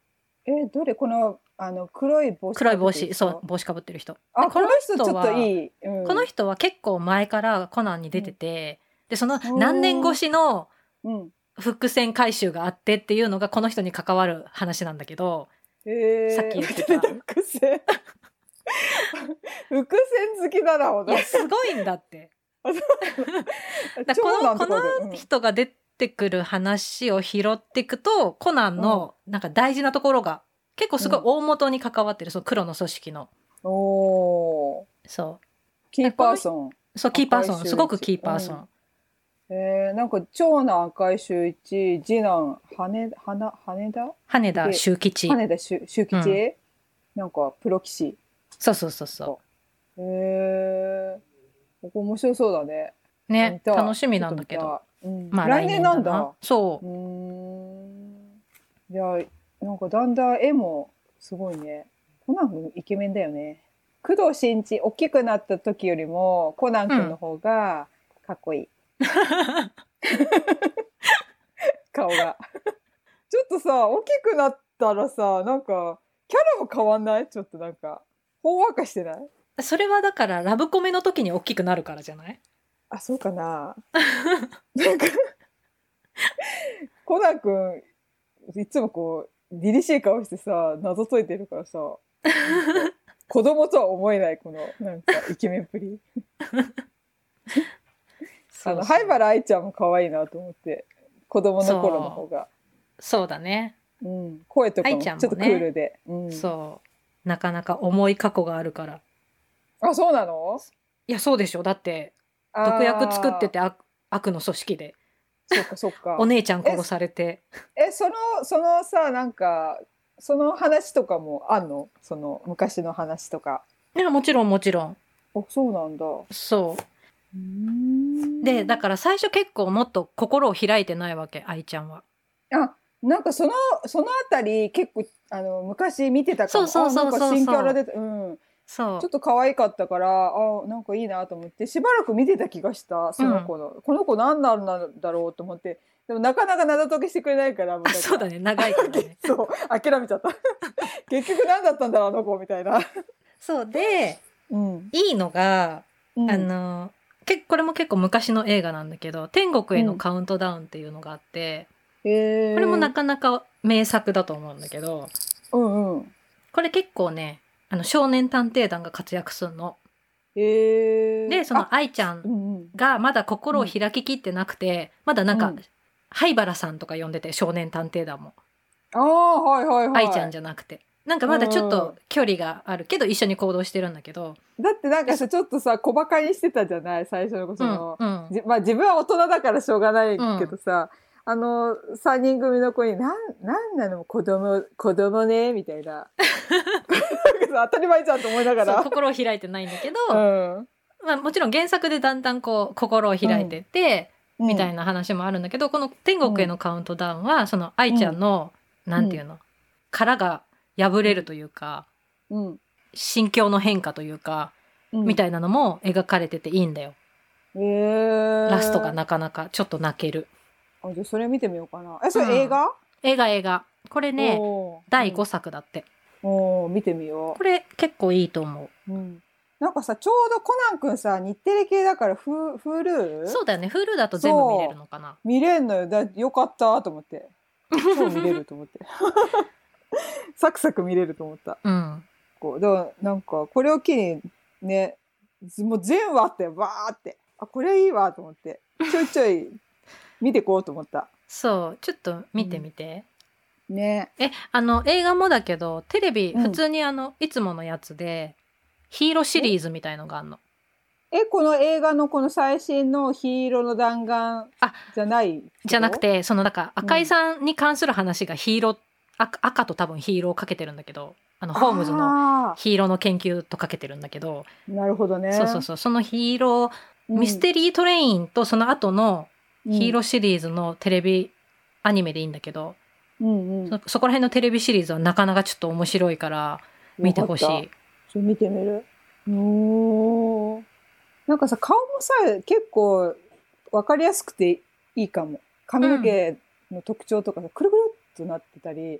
うんえどれこのあの黒い帽子黒い帽かぶってる人子そう帽子かぶってる人あでここのの人人ちょっはといい、うんこの人は結構前からコナンに出てて、でそのー何年越しのうん伏線回収があってっていうのがこの人に関わる話なんだけどえー、さっき言ってた伏線 伏線好きだなほんいやすごいんだって だからこのこの人が出てくる話を拾っていくとコナンのなんか大事なところが結構すごい大元に関わってるその黒の組織のおおそーキーパーソンうそうキーパーソ赤ンいすごくキーパーソン、うんえー、なんか長男赤井秀一次男羽田羽羽田羽田修吉羽田秀秀吉、なんかプロ棋士そうそうそうそえー、ここ面白そうだねうね見たい楽しみなんだけど、ちょっと見たいうんまあ来来年年なだんなだそううーんいやなんかだんだん絵もすごいねコナン君イケメンだよね工藤新一大きくなった時よりもコナン君の方がかっこいい、顔が ちょっとさ大きくなったらさなんかキャラも変わんないちょっとなんかほんわかしてない それはだからラブコメの時に大きくなるからじゃないあそうか ななんかコナン君いつもこう凛々しい顔してさ謎解いてるから さなんか子供とは思えないこのなんかイケメンっぷ りあの灰原愛ちゃんも可愛いなと思って子供の頃の方が、そうだね、うん、声とかも愛ちちょゃっんもねとクールで、うん、そうなかなか重い過去があるからあそうなのいやそうでしょだってあー毒薬作ってて悪悪の組織でそっかそっかお姉ちゃん殺されてえそのそのさなんかその話とかもあんのその昔の話とかいやもちろんもちろんあそうなんだそううんでだから最初結構もっと心を開いてないわけ愛ちゃんはあなんかそのそのあたり結構あの昔見てたからそうそうそうそうそう新キャラ出た、うん、そうちょっと可愛かったからあなんかいいなと思ってしばらく見てた気がしたその子の、この子何なんだろうと思ってでもなかなか謎解きしてくれないからもあそうだね長いから ね そう諦めちゃった 結局何だったんだろうあの子みたいな、そうでうんいいのがうん、あのけこれも結構昔の映画なんだけど「天国へのカウントダウン」っていうのがあって、へーこれもなかなか名作だと思うんだけどうんうんこれ結構ねあの少年探偵団が活躍するの。へえでその愛ちゃうんんうんがまだ心を開ききってなくて、まだなんか、うん灰原さんとか呼んでて少年探偵団も、ああはいはいはい愛ちゃんじゃなくてなんかまだちょっと距離があるけど一緒に行動してるんだけど、だってなんかさちょっとさ小馬鹿にしてたじゃない最初のこうその、んうん、じまあ自分は大人だからしょうがないけどさ、あの3人組の子に「なんなんなの子供子供ね」みた いな当たり前じゃんと思いながそうら。心を開いてないんだけど、うんまあ、もちろん原作でだんだんこう心を開いてって、みたいな。な話もあるんだけど、この「天国へのカウントダウンは」その愛ちゃんの、なんていうの殻が破れるというかうん心境の変化というか、うん、みたいなのも描かれてていいんだよ、えー、ラストがなかなかちょっと泣けるあじゃあそれ見てみようかなえそれうん映画、映画映画これねおー第5作だっておー見てみよこれ結構いいと思う、うん、なんかさちょうどコナン君さ日テレ系だからフフルうそうだよね Hulu だと全部見れるのかな見れんのよだよかったと思って超見れると思って サクサク見れると思ったうんこうだからなんかこれを機にねずもう全話あってバーってあこれいいわと思ってちょいちょい見てこうと思ったそうちょっと見てみて、ねえあの映画もだけどテレビうん普通にあの、いつものやつでヒーローシリーズみたいのがあるのえこの映画のこの最新の「ヒーローの弾丸」あじゃないじゃなくてそのなんかうん赤井さんに関する話がヒーロー、あ赤と多分ヒーローをかけてるんだけどあのホームズののヒーローの研究とかけてるんだけど、なるほどねそうそうそうそのヒーロうー、んミステリートレインとその後のヒーローシリーズのテレビアニメでいいんだけど、うんうんそそこら辺のテレビシリーズはなかなかちょっと面白いから見てほしよかったい。ちょ見てみる。おーなんかさ顔もさ結構わかりやすくていいかも。髪の毛の特徴とかさ、くるくるっとなってたり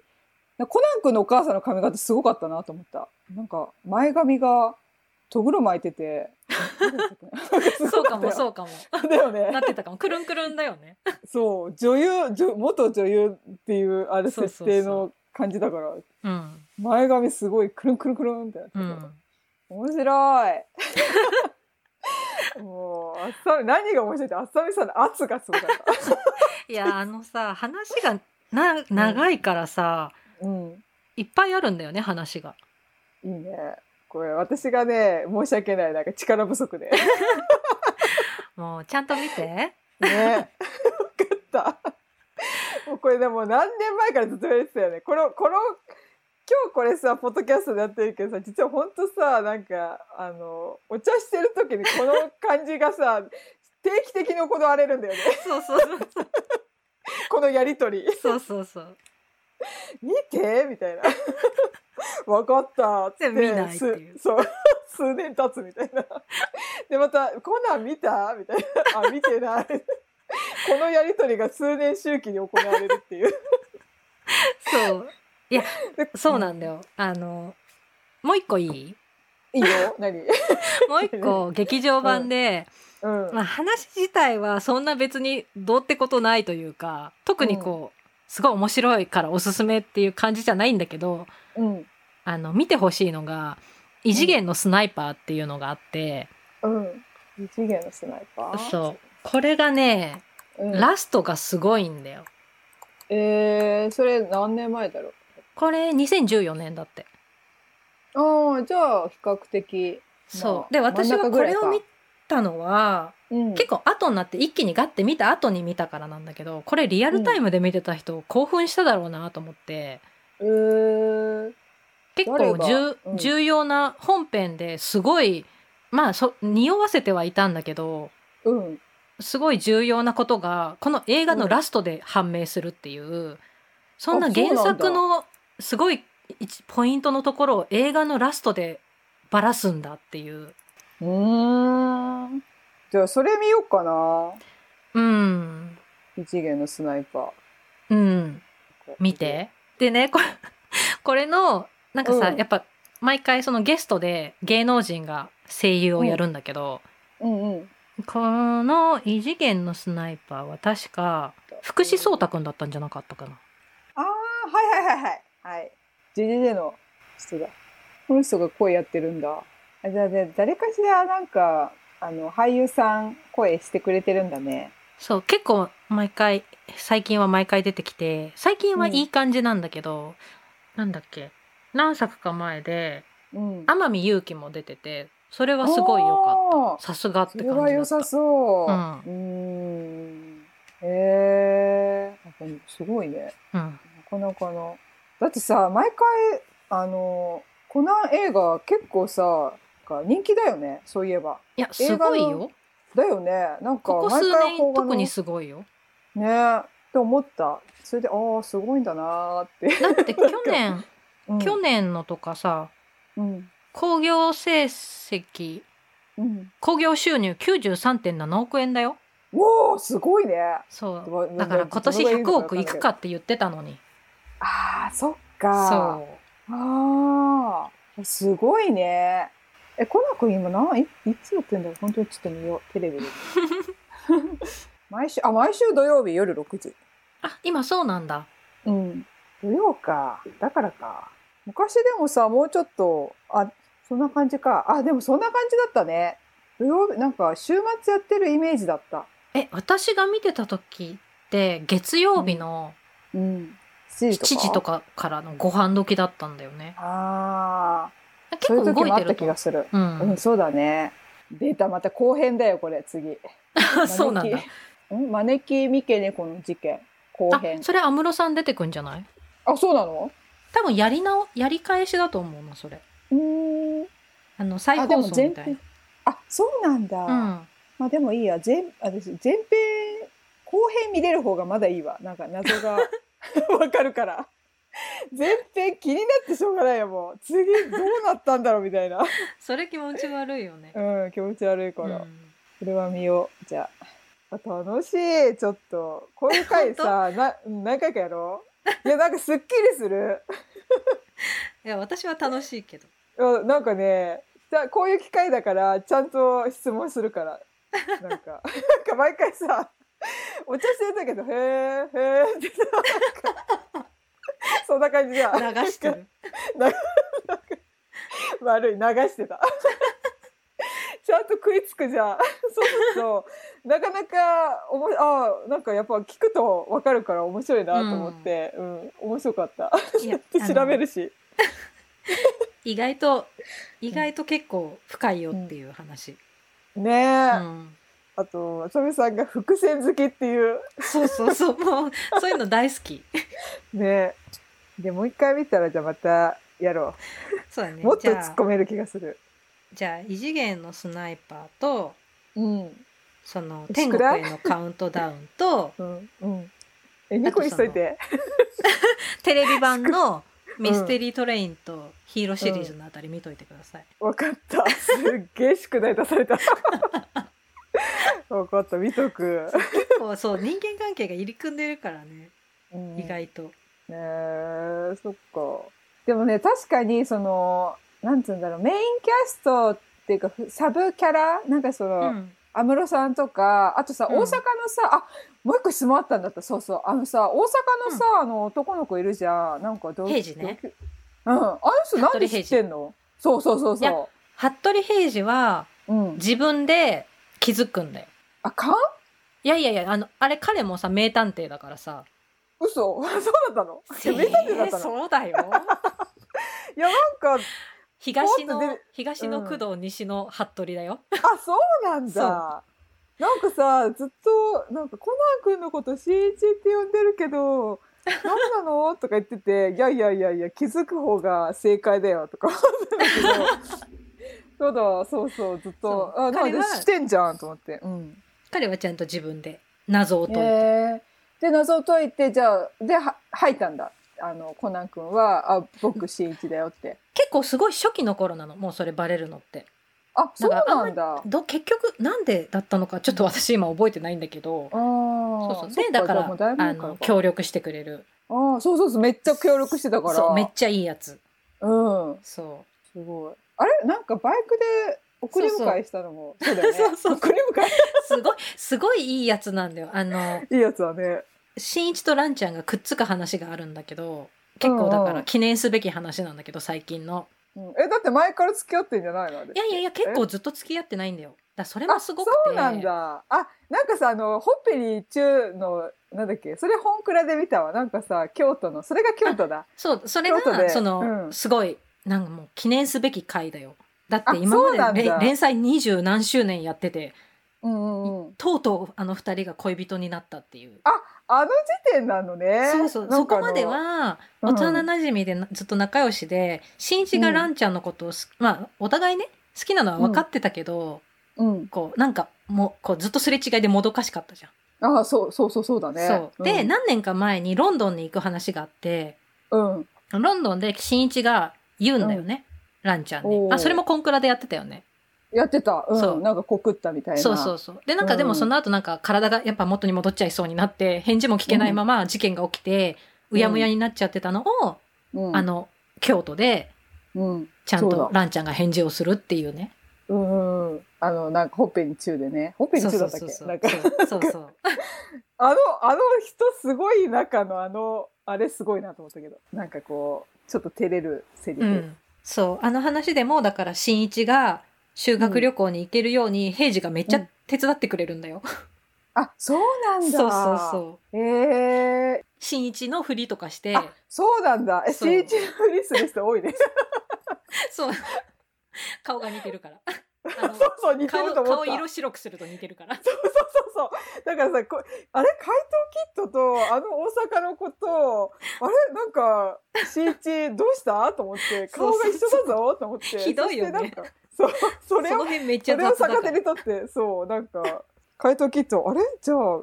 コナン君のお母さんの髪型すごかったなと思った。なんか前髪がとぐろ巻いてて。 そうかもう。そうかも。 だよねな。ってたかも。くるんくるんだよね。そう女優女元女優っていうあれそう設そうそう定の感じだからうん。前髪すごいくるんくるんくるんってなってうて、ん。面白い もうあっさみ何が面白いってあっさみさんの圧がすごかった、いや、あのさ、話がな長いからさ、うん、いっぱいあるんだよね、話が。いいねこれ私がね申し訳ないなんか力不足で もう、ちゃんと見て。ね分かったもうこれでも何年前からずっとやってたよねこのこの今日これさポッドキャストでやってるけどさ実はほんとさなんかあのお茶してる時にこの感じがさ 定期的に行われるんだよね そうそうそうそう。このやりとりそうそうそう。見てみた いなわかったっつってで見ないっていうすそう 数年経つみたいなでまた「コナン見た?」みたいな「あ見てない」このやりとりが数年周期に行われるっていうそう。いやで、そうなんだよ。あの、もう一個いいいいよ何もう一 個、劇場版で、うんまあ、話自体はそんな別にどうってことないというか特にこう、すごい面白いからおすすめっていう感じじゃないんだけどうんあの見てほしいのが「異次元のスナイパー」っていうのがあって、うん異次元のスナイパーそうこれがね、うん、ラストがすごいんだよ。えー、それ何年前だろうこれ2014年だって。ああじゃあ比較的まそあうで私真ん中はぐこらいれかを見たのはうん結構後になって一気にガッて見た後に見たからなんだけどこれリアルタイムで見てた人興奮しただろうなと思って。えー、結誰構が重,、うん重要な本編ですごいまあそ匂わせてはいたんだけどうんすごい重要なことがこの映画のラストで判明するっていう、そんなあそうなん原だ作のすごい一ポイントのところを映画のラストでばらすんだっていううーんじゃあそれ見ようかなうん異次元のスナイパー。うん見。て。でねこれこれのなんかさ、うんやっぱ毎回そのゲストで芸能人が声優をやるんだけど、うんうん。この異次元のスナイパーは確か福士蒼太くんだったんじゃなかったかな。ああ、はいはいはいはい。はい。JJJ の人だ。この人が声やってるんだ。あじゃあ、じゃあ誰かしらなんか、あの、俳優さん声してくれてるんだね。そう結構毎回最近は毎回出てきて最近はいい感じなんだけど、なんだっけ何作か前でうん。天海祐希も出ててそれはすごい良かっかたさすがってそれ感じだったは良さそう。うんーん。へえー。なんかすごいね。うん、なかなかの。だってさ、毎回、あの、コナン映画結構さ、なんか人気だよね。そういえば。いやすごい映画のよだよね。なんかここ毎数回年邦画の特にすごいよねって思った。それでああすごいんだなーって。だって去年 うん去年のとかさうん興行成績うん。興行収入93.7億円だよおおすごいね。そうわだから今年100億いくか。って言ってたのにああそっか。そああすごいね。えコナン君今何いいつやってんだろう本当にちょっと見ようテレビ で。毎週あ毎週土曜日夜6時。うあ今そうなんだうん。土曜か。だからか。昔でもさ、もうちょっと、あ、そんな感じか。あ、でもそんな感じだったね。土曜日、なんか週末やってるイメージだった。え私が見てた時って月曜日のうん。7 7時と。かからのご飯時だったんだよねああ。結そういう構時動いもあてったる気とがする。ううん、ん、そうだね。出た、また後編だよ、これ、次。 そうなんだ招き。ん招きミケ猫の事件。後あ編。それ安室さん出てくんじゃないあ、そうなの多分やりなおやり返しだと思うなそれうーん。あの再あ、で放も送前みたい編。あ、そうなんだ。なうんまあでもいいや前私前編後編見れる方がまだいいわなんか謎が わかるから前編気になってしょうがないよもう次どうなったんだろうみたいなそれ気持ち悪いよねうん気持ち悪いかうら、んこれは見よう じゃああ楽しいちょっとこういう回さな何回かやろういやなんかすっきりするいや私は楽しいけどうんなんかねじゃこういう機会だからちゃんと質問するからなんかなんか毎回さお茶してんだけど「へえへえ」ってさなんかそんな感じじゃん流して る悪い流してたちゃんと食いつくじゃんそうするとなかなかおもあーなんかやっぱ聞くと分かるから面白いなと思って、うん面白 かったいや調べるし意外と意外と結構深いよっていう話、ねえ、うん、あとあさみさんが伏線好きっていうそうそうそうもうそういうの大好 きねえでもう一回見たらじゃあまたやろそうだねうもっとじゃ突っあ込める気がするじゃあ異次元のスナイパーとうんその薄天く国ないへのカウントダウン とうんうんえニコにしといてテレビ版のミステリートレインとヒーローシリーズのあたり見といてくだ さい、分かったすっげえ宿題出された分かった見とく、結構そう人間関係が入り組んでるからねうん意外と、ねえそっかでもね確かにそのなんつうんだろうメインキャストっていうかふサブキャラなんかその、うん、安室さんとかあとさ、うん大阪のさあもう一個質問あったんだったそうそうあのさ大阪のさ、あの男の子いるじゃんなんかどう平次ねうんあの人なんで服部知平次ってんのそうそうそういやそ服部平次はう、うん、自分で気づくんだよあかんいやいやいやあのあれ彼もさ名探偵だからさ嘘 そうだったのいや名探偵だったのえーそう だよいやなんか東もっとの出東の工藤西の服部だよ、あそうなんそうだなんかさずっとなんかコナン君のこと「新一」って呼んでるけ ど「何なの?」とか言ってて「いやいやいやいや気づく方が正解だよ」とか そうだそうそうずっと「そうあなん彼では知ってんじゃん」と思って。うん彼はちゃんと自分で謎を解いて、へーで謎を解いてじゃあでは入ったんだあのコナン君は「あ僕新一だよ」って。結構すごい初期の頃なのもうそれバレるのってあそうなんだ。ど結局なんでだったのかちょっと私今覚えてないんだけど、そうそそうでだからあの日協力してくれるあーそうそうそうめっちゃ協力してたからそうめっちゃいいやつうん、そすごい。あれなんかバイクで送り迎えしたのも、そうだよね。 そうそう送り迎うすごいすごいいいやつなんだよあのえ。いいやつだね。新一とランちゃんがくっつく話があるんだけど結構だかうんうらん記念すべき話なんだけど最近のうん、え、だって前から付き合ってんじゃないのあれ。いやいやいや結構ずっと付き合ってないんだよだそれもすごくてあそうなんだ。あ、なんかさ、あの、ほっぺり中の、なんだっけ、それ本蔵で見たわ。なんかさ、京都の、それが京都だ。そうそれ京都がでその、うんすごいなんかもう記念すべき回だよだってあ今まそうなんだでれ連載二十何周年やっててうんうんうん。とうとうあの二人が恋人になったっていう、あの時点なのね。そうそうなそんかこあのまで、はうん幼馴染みでなずっと仲良しで新一がランちゃんのことをす、まあお互いね好きなのは分かってたけど、うん。こうなんかもうこうずっとすれ違いでもどかしかったじゃん。あ、そうそうそうそうだね。そうで、ん、何年か前にロンドンに行く話があってうん。ロンドンで新一が言うんだよね、ランちゃんおに。ーあそれもコンクラでやってたよね。やってた。うん。そうなんか告ったみたいな。そうそうそう。でなんかでうもんその後なんか体がやっぱ元に戻っちゃいそうになって返事も聞けないまま事件が起きてうやむやになっちゃってたのを、う。うん、あ、の京都でうん。ちゃんそうとだランちゃんが返事をするっていうね。うんうんうん、あのなんかほっぺに中でねほっぺにそう中そだっうたっけそなんかうそうそうそうそう。あのあの人すごい中のあのあれすごいなと思ったけどなんかこうちょっと照れるセリフ、うん、そうあの話でもだから新一が修学旅行に行けるように、平次がめっちゃ手伝ってくれるんだよ。あそうなんだそうそうそう。うえー、新一のふりとかしてあそうなんだえそう新一のふりする人多いねそう顔が似てるから。あ のそうそう似てる顔と思った顔色白くすると似てるから。そうそうそうそうだからさこあれ怪盗キッドとあの大阪の子とあれなんか新一どうしたと思って顔が一緒だぞと思ってひどいよねそしてなんかそうそそれをの辺めっちそゃれを雑だ逆手からに。取ってそうなんか怪盗キットあれじゃあ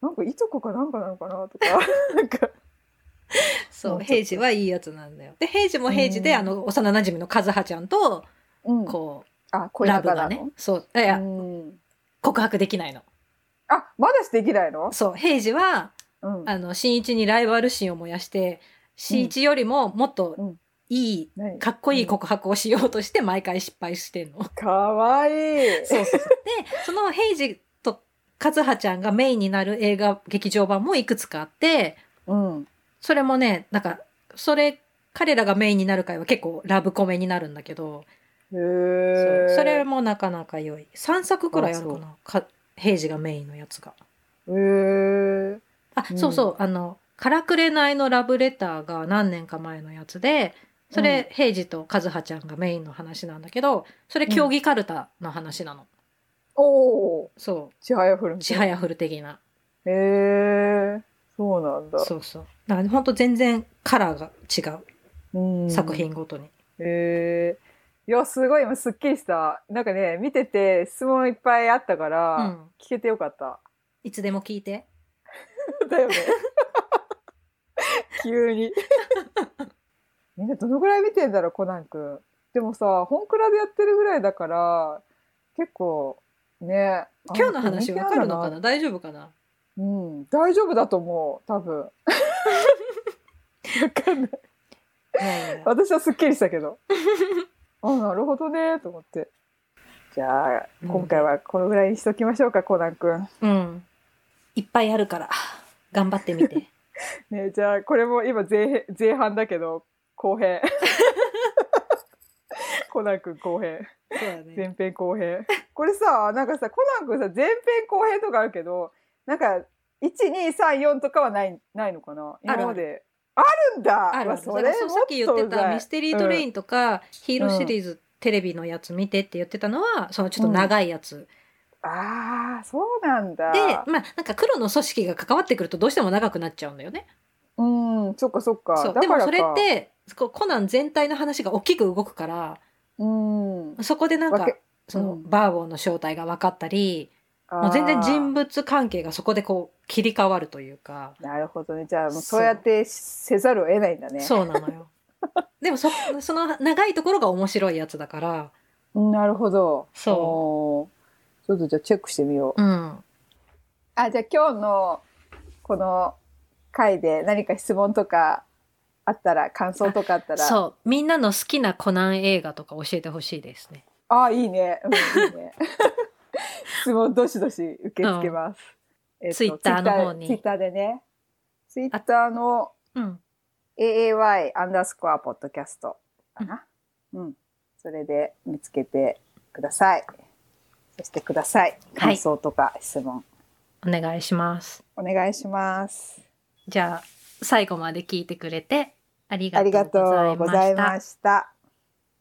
なんかいとこかなんかなのかなと かなんかそもううちょっと平次はいいやつなんだよ。で平次も平次で、うんあの幼馴染の和葉ちゃんとうんこあう、恋ラ仲ブながの、ねそういやいうやん告白できないの。あまだしてできないのそう平次はうんあの新一にライバル心を燃やして新一よりももっとうんいい、何かっこいい告白をしようとして毎回失敗してん の。かわいい。そうそうそうでその平次と和葉ちゃんがメインになる映画劇場版もいくつかあってうん。それもねなんかそれ彼らがメインになる回は結構ラブコメになるんだけど、へそうえ。それもなかなか良い3作くらいあるかあそなか平次がメインのやつが。へえ。あ、うんそうそうあの「からくれないのラブレター」が何年か前のやつでそれ、平次と和葉ちゃんがメインの話なんだけどそれ競技かるたの話なの、おおそー。ちはやふるうみちたいはやふる的な。へえ。そうなんだ。そうそう。だから本当全然カラーが違う、うん作。品ごとに。へえ。いや、すごい今すっきりした。なんかね、見てて質問いっぱいあったかうら、ん。聞けてよか った。いつでも聞いて。だよね。 急に。 みんなどのぐらい見てんだろう、コナン君。でもさ、本クラでやってるぐらいだから、結構、ね。今日の話わかるのかあな大丈夫かなうん、大丈夫だと思う、多分。わかんない。いやいや私はすっきりしたけ ど。あ、なるほどね、と思って。じゃあ、うん今回はこのぐらいにしときましょうか、コナン君。うん。いっぱいあるから、頑張ってみて。ね、じゃあ、これも今前、前半だけど、後編。 コナン君後編。 そうだね。前編後編。これさ、なんかさ、コナン君さ、前編後編とかあるけど、なんか、1234とかはない、ないのかなあるある今まで。あるんだあまるあそそれれそうさっき言ってもとうざたいミステリートレインとか、ヒーローシリーズ、テレビのやつ見てって言ってたのは、そのちょっと長いやつ。ああ、そうなんだ。で、まあなんか黒の組織が関わってくるとどうしても長くなっちゃうんだよね。うん、そっかそっか。そう。だでかもらかそれっ、て、こうコナン全体の話が大きく動くから、うん、そこでなんわかけそのうんバーボンの正体が分かったり、もう全然人物。物関係がそこでこう切り替わるというか、なるほどね。じゃあ、もうそうそうやってせざるを得ないんだね。そうなの よでもそその長いところが面白いやつだからうんなるほど。そうう。ちょっとじゃあチェックしてみよう。うんあ、じゃあ今日のこの回で何か質問とかあったら、感想とかあったら。う。そうみんなの好きなコナン映画とか教えてほしいですねあ、いいね。うん、いいね 質問どしどし受け付けます。えっと Twitter の方に Twitter でね。Twitter のうん aay アンダースコアポッドキャストかな。うん。それで見つけてください。そしてください。は感い想とか質問、お願いしますお願いします。じゃあ最後まで聞いてくれてありありががとうござというごまざいしたました。